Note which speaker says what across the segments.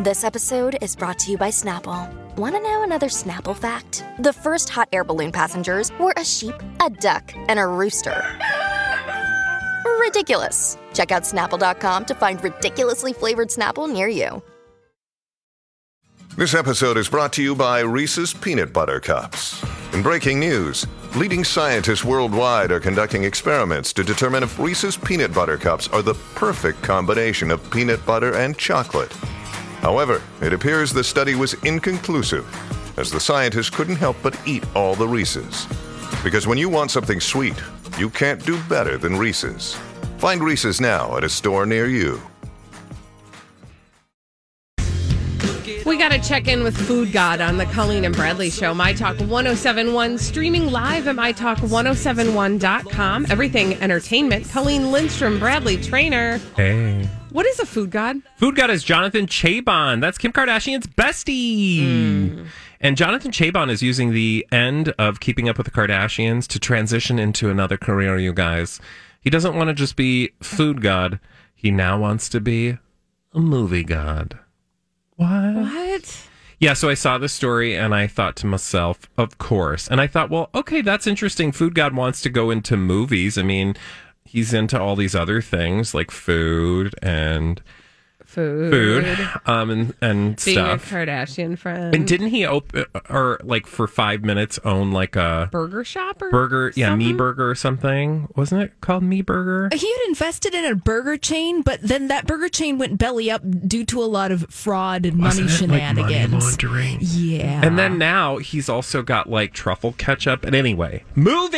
Speaker 1: This episode is brought to you by Snapple. Want to know another Snapple fact? The first hot air balloon passengers were a sheep, a duck, and a rooster. Ridiculous. Check out snapple.com to find ridiculously flavored Snapple near you.
Speaker 2: This episode is brought to you by Reese's Peanut Butter Cups. In breaking news, leading scientists worldwide are conducting experiments to determine if Reese's Peanut Butter Cups are the perfect combination of peanut butter and chocolate. However, it appears the study was inconclusive, as the scientists couldn't help but eat all the Reese's. Because when you want something sweet, you can't do better than Reese's. Find Reese's now at a store near you.
Speaker 3: We got to check in with Food God on the Colleen and Bradley Show. My Talk 1071, streaming live at MyTalk1071.com. Everything entertainment. Colleen Lindstrom, Bradley Trainer.
Speaker 4: Hey.
Speaker 3: What is a Food God?
Speaker 4: Food God is Jonathan Chabon. That's Kim Kardashian's bestie. And Jonathan Chabon is using the end of Keeping Up with the Kardashians to transition into another career, you guys. He doesn't want to just be Food God. He now wants to be a movie god. What?
Speaker 3: What?
Speaker 4: Yeah, so I saw the story and I thought to myself, of course. And I thought, well, okay, that's interesting. Food God wants to go into movies. I mean, he's into all these other things like food and
Speaker 3: Food.
Speaker 4: food um and, and
Speaker 3: Being
Speaker 4: stuff
Speaker 3: a Kardashian friend.
Speaker 4: and didn't he open or like for five minutes own like a
Speaker 3: Burger shop or
Speaker 4: burger yeah me
Speaker 3: something?
Speaker 4: burger or something wasn't it called me burger
Speaker 5: He had invested in a burger chain, but then that burger chain went belly up due to a lot of fraud and money shenanigans.
Speaker 4: laundering
Speaker 5: yeah.
Speaker 4: and then now he's also got like truffle ketchup and anyway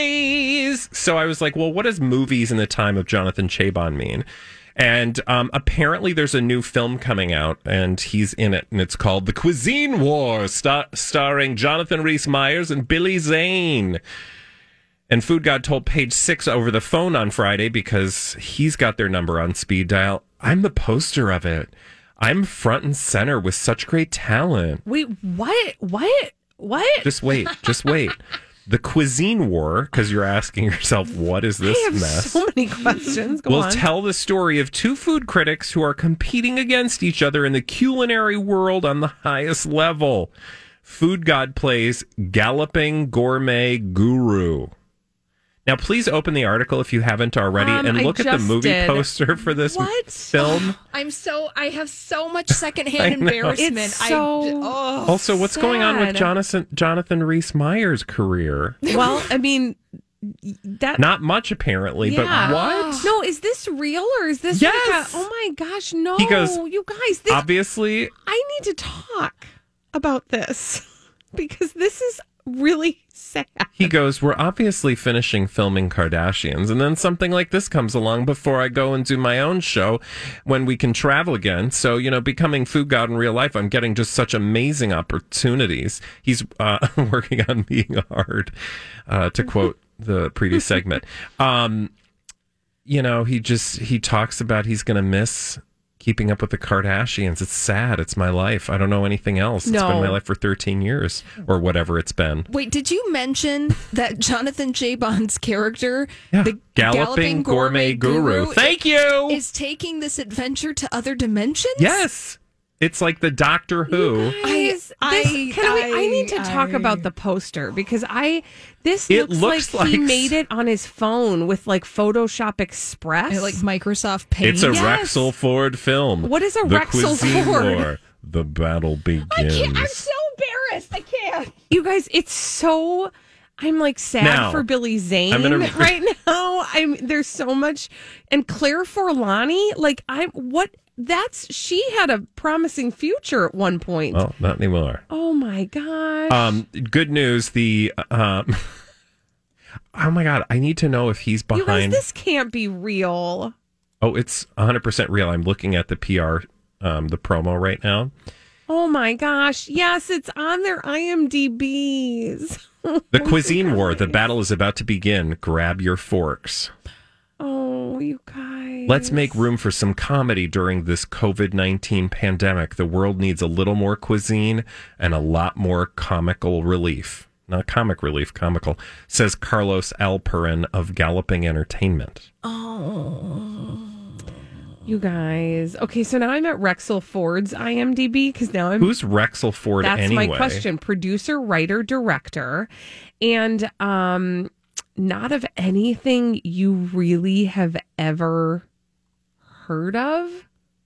Speaker 4: movies so i was like well what does movies in the time of jonathan chabon mean and um, apparently there's a new film coming out and he's in it and it's called the cuisine war star- starring jonathan rhys meyers and billy zane And Food God told Page Six over the phone on Friday because he's got their number on speed dial. I'm the poster of it. I'm front and center with such great talent.
Speaker 3: Wait, what? What? What?
Speaker 4: Just wait, just wait. The cuisine war, because you're asking yourself, what is this
Speaker 3: I have
Speaker 4: mess?
Speaker 3: so many questions. Go
Speaker 4: will
Speaker 3: on.
Speaker 4: tell the story of two food critics who are competing against each other in the culinary world on the highest level. Food God plays Galloping Gourmet Guru. Now, please open the article if you haven't already
Speaker 3: Um,
Speaker 4: and
Speaker 3: I
Speaker 4: look at the
Speaker 3: just
Speaker 4: movie
Speaker 3: did.
Speaker 4: poster for this m-
Speaker 5: What?
Speaker 4: film.
Speaker 5: I'm so I have so much
Speaker 4: I
Speaker 5: secondhand
Speaker 4: know.
Speaker 5: embarrassment.
Speaker 3: It's
Speaker 5: I-
Speaker 3: so-
Speaker 5: oh.
Speaker 4: also, what's going on with
Speaker 3: sad.
Speaker 4: Jonathan, Jonathan Rhys Meyers' career?
Speaker 3: well, I mean, that
Speaker 4: Not much, apparently,
Speaker 3: Yeah.
Speaker 4: but what?
Speaker 3: No, is this real or is this like
Speaker 4: Yes.
Speaker 3: a, oh my gosh, no.
Speaker 4: He goes,
Speaker 3: you guys, this,
Speaker 4: Obviously,
Speaker 3: I need to talk about this because this is really sad.
Speaker 4: he goes, We're obviously finishing filming Kardashians. And then something like this comes along before I go and do my own show when we can travel again. So, you know, becoming food god in real life, I'm getting just such amazing opportunities. He's uh, working on being hard, uh, to quote the previous segment. Um, you know, he just he talks about he's going to miss keeping up with the Kardashians. It's sad. It's my life. I don't know anything else. It's been
Speaker 3: No.
Speaker 4: my life for 13 years or whatever it's been.
Speaker 5: Wait, did you mention that Jonathan Chabon's character,
Speaker 4: Yeah.
Speaker 5: the
Speaker 4: galloping, gourmet, guru. Thank you.
Speaker 5: is taking this adventure to other dimensions?
Speaker 4: yes, it's like the Doctor Who.
Speaker 5: I-
Speaker 3: Guys,
Speaker 5: I-
Speaker 3: this- can we- I,
Speaker 5: I-
Speaker 3: need to talk
Speaker 5: I-
Speaker 3: about the poster because I this
Speaker 4: It
Speaker 3: looks,
Speaker 4: looks
Speaker 3: like, he
Speaker 4: like-
Speaker 3: made it on his phone with like Photoshop Express.
Speaker 5: Like Microsoft Paint.
Speaker 4: It's a
Speaker 3: Yes.
Speaker 4: Rexel Ford film.
Speaker 3: What is a
Speaker 4: The
Speaker 3: Rexel
Speaker 4: Cuisine
Speaker 3: Ford?
Speaker 4: War. The battle begins.
Speaker 5: embarrassed. I can't.
Speaker 3: you guys, it's so I'm like sad
Speaker 4: Now,
Speaker 3: for Billy Zane
Speaker 4: I'm gonna re-
Speaker 3: right now. I'm there's so much and Claire Forlani, like I what that's she had a promising future at one point.
Speaker 4: well, not anymore.
Speaker 3: Oh my gosh.
Speaker 4: Um, good news. The um, oh my god, I need to know if he's
Speaker 3: you guys,
Speaker 4: behind.
Speaker 3: this can't be real.
Speaker 4: oh, it's 100 percent real. I'm looking at the PR, um, the promo right now.
Speaker 3: Oh my gosh. Yes, it's on their IMDBs.
Speaker 4: The Cuisine War. The battle is about to begin. Grab your forks.
Speaker 3: Oh, you guys.
Speaker 4: Let's make room for some comedy during this COVID 19 pandemic. The world needs a little more cuisine and a lot more comical relief. Not comic relief, comical, says Carlos Alperin of Galloping Entertainment.
Speaker 5: Oh.
Speaker 3: You guys. Okay, so now I'm at Rexel Ford's IMDb because now I'm.
Speaker 4: Who's Rexel Ford
Speaker 3: that's
Speaker 4: anyway?
Speaker 3: my question. Producer, writer, director, and um, not of anything you really have ever heard of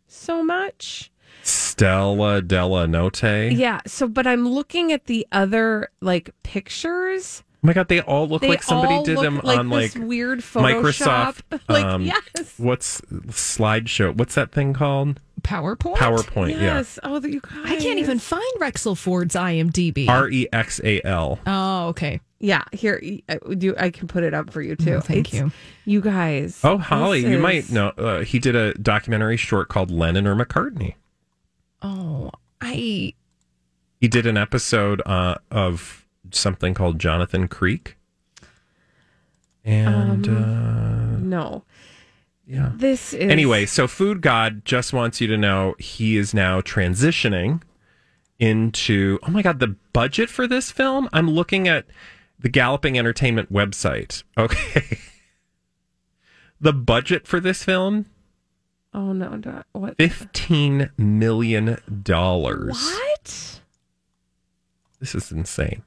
Speaker 3: so much.
Speaker 4: Stella Della Note.
Speaker 3: Yeah. So, but I'm looking at the other like pictures.
Speaker 4: Oh my god, they all look
Speaker 3: They
Speaker 4: like somebody
Speaker 3: all
Speaker 4: did
Speaker 3: look
Speaker 4: them
Speaker 3: like
Speaker 4: on like
Speaker 3: this weird Photoshop.
Speaker 4: Microsoft.
Speaker 3: like
Speaker 4: um,
Speaker 3: yes.
Speaker 4: What's slideshow? What's that thing called?
Speaker 5: PowerPoint?
Speaker 4: PowerPoint.
Speaker 3: Yes. Oh, that you guys.
Speaker 5: I can't even find Rexel Ford's IMDb.
Speaker 4: Yeah. R e x a l.
Speaker 5: oh, okay.
Speaker 3: Yeah, here I, do, I can put it up for you too.
Speaker 5: Oh, thank you.
Speaker 3: you guys.
Speaker 4: Oh, Holly,
Speaker 3: this
Speaker 4: you
Speaker 3: is-
Speaker 4: might know. Uh, he did a documentary short called Lennon or McCartney.
Speaker 5: Oh, I
Speaker 4: He did an episode uh, of something called Jonathan Creek. And uh,
Speaker 3: No,
Speaker 4: yeah.
Speaker 3: this Um, is
Speaker 4: Anyway, so Food God just wants you to know he is now transitioning into. Oh my God, the budget for this film? I'm looking at the Galloping Entertainment website. Okay. the budget for this film?
Speaker 3: Oh no, do I- what?
Speaker 4: $15 million.
Speaker 3: What?
Speaker 4: This is insane.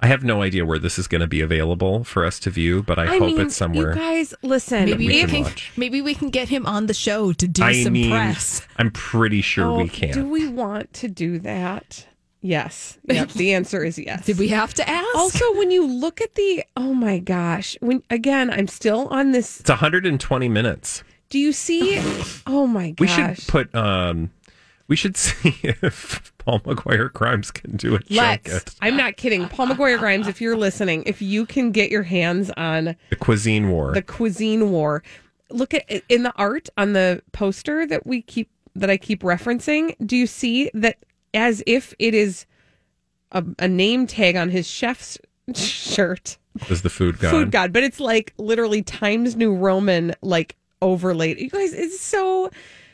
Speaker 4: I have no idea where this is going to be available for us to view, but I, hope
Speaker 3: mean,
Speaker 4: it's somewhere.
Speaker 3: You guys, listen.
Speaker 5: maybe
Speaker 4: we
Speaker 5: we,
Speaker 4: can
Speaker 5: can,
Speaker 4: watch.
Speaker 5: maybe we can get him on the show to do
Speaker 4: I
Speaker 5: some
Speaker 4: mean,
Speaker 5: press.
Speaker 4: I'm pretty sure
Speaker 3: Oh,
Speaker 4: we can.
Speaker 3: Do we want to do that? Yes. Yep, the answer is yes.
Speaker 5: Did we have to ask?
Speaker 3: Also, when you look at the oh my gosh, when again, I'm still on this.
Speaker 4: It's 120 minutes.
Speaker 3: Do you see? Oh my
Speaker 4: We
Speaker 3: gosh.
Speaker 4: should put um we should see if Paul McGuire Crimes can do a
Speaker 3: Let's.
Speaker 4: junket.
Speaker 3: I'm not kidding. Paul McGuire Grimes, if you're listening, if you can get your hands on
Speaker 4: The cuisine war.
Speaker 3: the cuisine war, look at in the art on the poster that we keep that I keep referencing. Do you see that as if it is a, a name tag on his chef's shirt,
Speaker 4: was the food god.
Speaker 3: food god, but it's like literally Times New Roman like overlaid. You guys, it's so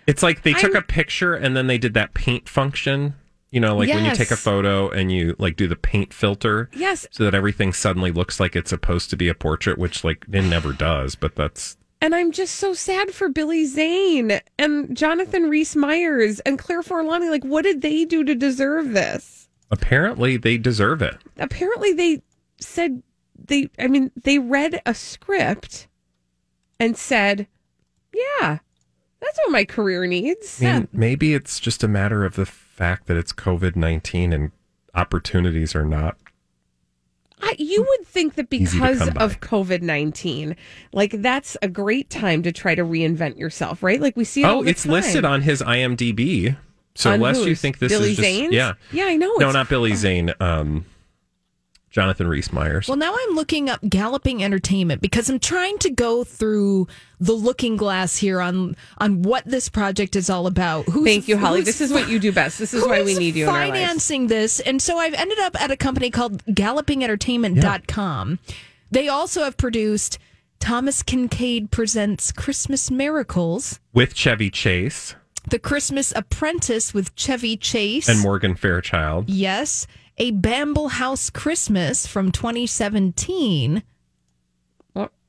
Speaker 4: It's like they took
Speaker 3: I'm-
Speaker 4: a picture and then they did that paint function. You know, like when you take a
Speaker 3: Yes.
Speaker 4: photo and you like do the paint filter.
Speaker 3: yes.
Speaker 4: So that everything suddenly looks like it's supposed to be a portrait, which like it never does, but that's
Speaker 3: And I'm just so sad for Billy Zane and Jonathan Rhys Myers and Claire Forlani. Like, what did they do to deserve this?
Speaker 4: apparently they deserve it.
Speaker 3: Apparently, they said they, I mean, they read a script and said, yeah, that's what my career needs.
Speaker 4: I mean, maybe it's just a matter of the fact that it's COVID 19 and opportunities are not.
Speaker 3: I, you would think that
Speaker 4: Easy to
Speaker 3: because
Speaker 4: come by.
Speaker 3: of COVID 19, like, that's a great time to try to reinvent yourself, right? Like, we see it all
Speaker 4: Oh,
Speaker 3: the
Speaker 4: it's
Speaker 3: time.
Speaker 4: listed on his IMDb. So,
Speaker 3: On
Speaker 4: unless you
Speaker 3: whose?
Speaker 4: think this
Speaker 3: Billy
Speaker 4: is just.
Speaker 3: Zane's?
Speaker 4: Yeah.
Speaker 3: Yeah, I know.
Speaker 4: No,
Speaker 3: it's
Speaker 4: not Billy Zane. Um, Jonathan Rhys Myers.
Speaker 5: well, now I'm looking up Galloping Entertainment because I'm trying to go through the looking glass here on on what this project is all about. Who's,
Speaker 3: Thank you, Holly.
Speaker 5: who's
Speaker 3: This is what you do best. This is why we
Speaker 5: who's
Speaker 3: need you. In our lives.
Speaker 5: financing this and so i've ended up at a company called gallopingentertainment.com they also have produced thomas kincaid presents christmas miracles
Speaker 4: With Chevy Chase
Speaker 5: the christmas apprentice with chevy chase
Speaker 4: and Morgan Fairchild.
Speaker 5: yes a bamble house christmas from 2017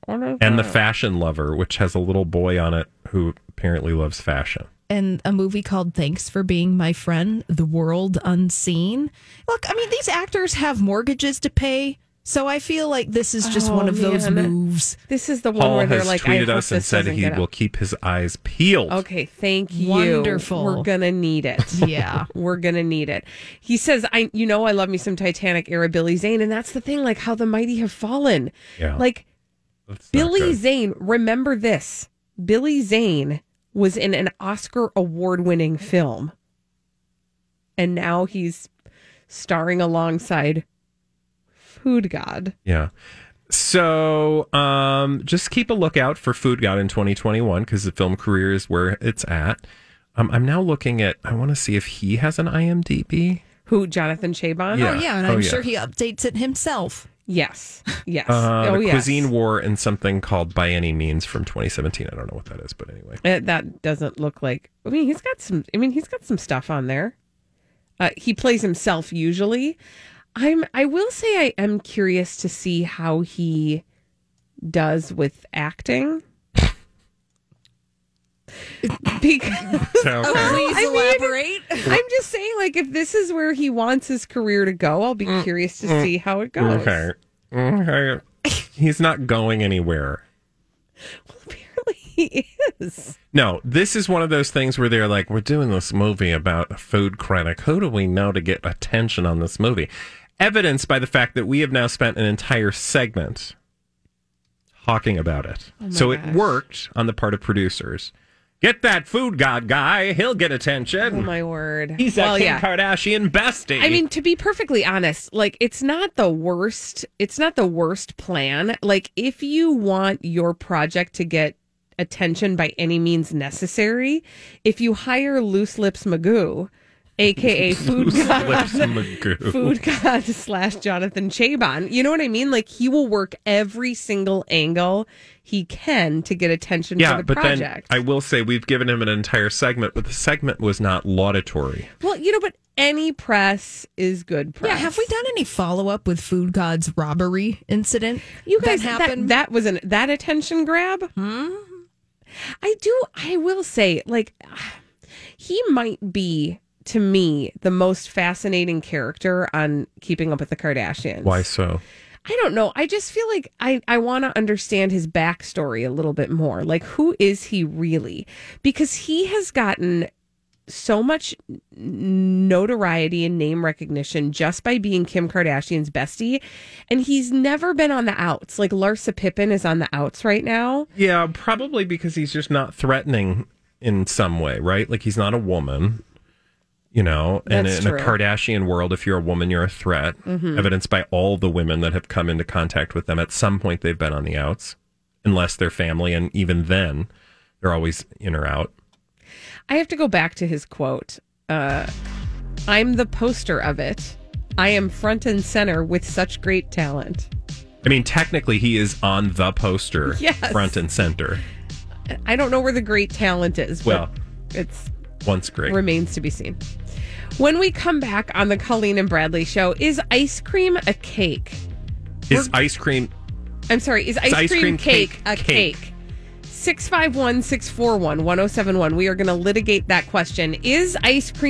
Speaker 4: And The Fashion Lover, which has a little boy on it who apparently loves fashion.
Speaker 5: and a movie called Thanks for Being My Friend, The World Unseen. Look, I mean, these actors have mortgages to pay, so I feel like this is just
Speaker 3: Oh,
Speaker 5: one of those
Speaker 3: man.
Speaker 5: moves.
Speaker 3: This is the one
Speaker 4: Paul
Speaker 3: where they're
Speaker 4: has
Speaker 3: like, I
Speaker 4: tweeted
Speaker 3: hope
Speaker 4: us and
Speaker 3: this
Speaker 4: said
Speaker 3: doesn't
Speaker 4: he
Speaker 3: get out.
Speaker 4: will keep his eyes peeled.
Speaker 3: Okay, thank you.
Speaker 5: Wonderful.
Speaker 3: We're gonna need it.
Speaker 5: Yeah.
Speaker 3: We're gonna need it. He says, "I, you know, I love me some Titanic era Billy Zane, and that's the thing, like how the mighty have fallen.
Speaker 4: Yeah.
Speaker 3: Like
Speaker 4: That's not
Speaker 3: Billy
Speaker 4: good.
Speaker 3: Zane. Remember this: Billy Zane was in an Oscar award-winning film, and now he's starring alongside Food God.
Speaker 4: Yeah. So um, just keep a lookout for Food God in 2021 because the film career is where it's at. Um, I'm now looking at, I want to see if he has an IMDb.
Speaker 3: Who Jonathan Chabon?
Speaker 4: Yeah.
Speaker 5: Oh, yeah, and
Speaker 4: Oh,
Speaker 5: I'm
Speaker 4: yeah.
Speaker 5: sure he updates it himself.
Speaker 3: Yes. Yes.
Speaker 4: Uh,
Speaker 3: oh,
Speaker 4: the
Speaker 3: yes.
Speaker 4: Cuisine War and something called By Any Means from 2017. I don't know what that is, but anyway.
Speaker 3: Uh, that doesn't look like. I mean, he's got some. I mean, he's got some stuff on there. Uh, he plays himself usually. I'm. I will say I am curious to see how he does with acting. Because
Speaker 4: Okay.
Speaker 5: Please
Speaker 3: Oh, I mean-
Speaker 5: elaborate.
Speaker 3: I'm just saying, like, if this is where he wants his career to go, I'll be curious to see how it goes.
Speaker 4: Okay. Okay. He's not going anywhere.
Speaker 3: Apparently he is.
Speaker 4: No, this is one of those things where they're like, we're doing this movie about a food critic. Who do we know to get attention on this movie? Evidenced by the fact that we have now spent an entire segment talking about it.
Speaker 3: Oh
Speaker 4: so it worked on the part of producers. Get that food god guy. He'll get
Speaker 3: Oh
Speaker 4: attention.
Speaker 3: my word.
Speaker 4: He's a
Speaker 3: well,
Speaker 4: Kim
Speaker 3: yeah.
Speaker 4: Kardashian bestie.
Speaker 3: I mean, to be perfectly honest, like it's not the worst. It's not the worst plan. Like if you want your project to get attention by any means necessary, if you hire Loose Lips Magoo, aka Food God,
Speaker 4: Lips Magoo.
Speaker 3: Food God slash Jonathan Chabon, you know what I mean? Like he will work every single angle he can to get attention
Speaker 4: yeah,
Speaker 3: for the
Speaker 4: but
Speaker 3: project.
Speaker 4: then I will say we've given him an entire segment, but the segment was not laudatory.
Speaker 3: well, you know, but any press is good press.
Speaker 5: Yeah, have we done any follow up with Food God's robbery incident?
Speaker 3: You guys,
Speaker 5: that
Speaker 3: that,
Speaker 5: happened. Hmm?
Speaker 3: that was an that attention grab. I do. I will say, like, he might be to me the most fascinating character on Keeping Up with the Kardashians.
Speaker 4: Why so?
Speaker 3: I don't know. I just feel like I, I want to understand his backstory a little bit more. Like, who is he really? Because he has gotten so much n- notoriety and name recognition just by being Kim Kardashian's bestie. And he's never been on the outs. Like, Larsa Pippen is on the outs right now.
Speaker 4: Yeah, probably because he's just not threatening in some way, right? Like he's not a woman, you know. And
Speaker 3: That's
Speaker 4: in
Speaker 3: true. Mm-hmm.
Speaker 4: a Kardashian world, if you're a woman, you're a threat, evidenced by all the women that have come into contact with them. At some point, they've been on the outs, unless they're family, and even then, they're always in or out.
Speaker 3: I have to go back to his quote uh, I'm the poster of it. I am front and center with such great talent.
Speaker 4: I mean, technically, he is on the poster,
Speaker 3: Yes.
Speaker 4: front and center.
Speaker 3: I don't know where the great talent is. But
Speaker 4: Well,
Speaker 3: it's
Speaker 4: once great.
Speaker 3: remains to be seen. When we come back on the Colleen and Bradley show, is ice cream a cake?
Speaker 4: is ice cream
Speaker 3: I'm sorry, is ice,
Speaker 4: ice
Speaker 3: cream,
Speaker 4: cream
Speaker 3: cake,
Speaker 4: cake,
Speaker 3: a
Speaker 4: cake.
Speaker 3: cake? oh 651 641 1071. We are going to litigate that question. Is ice cream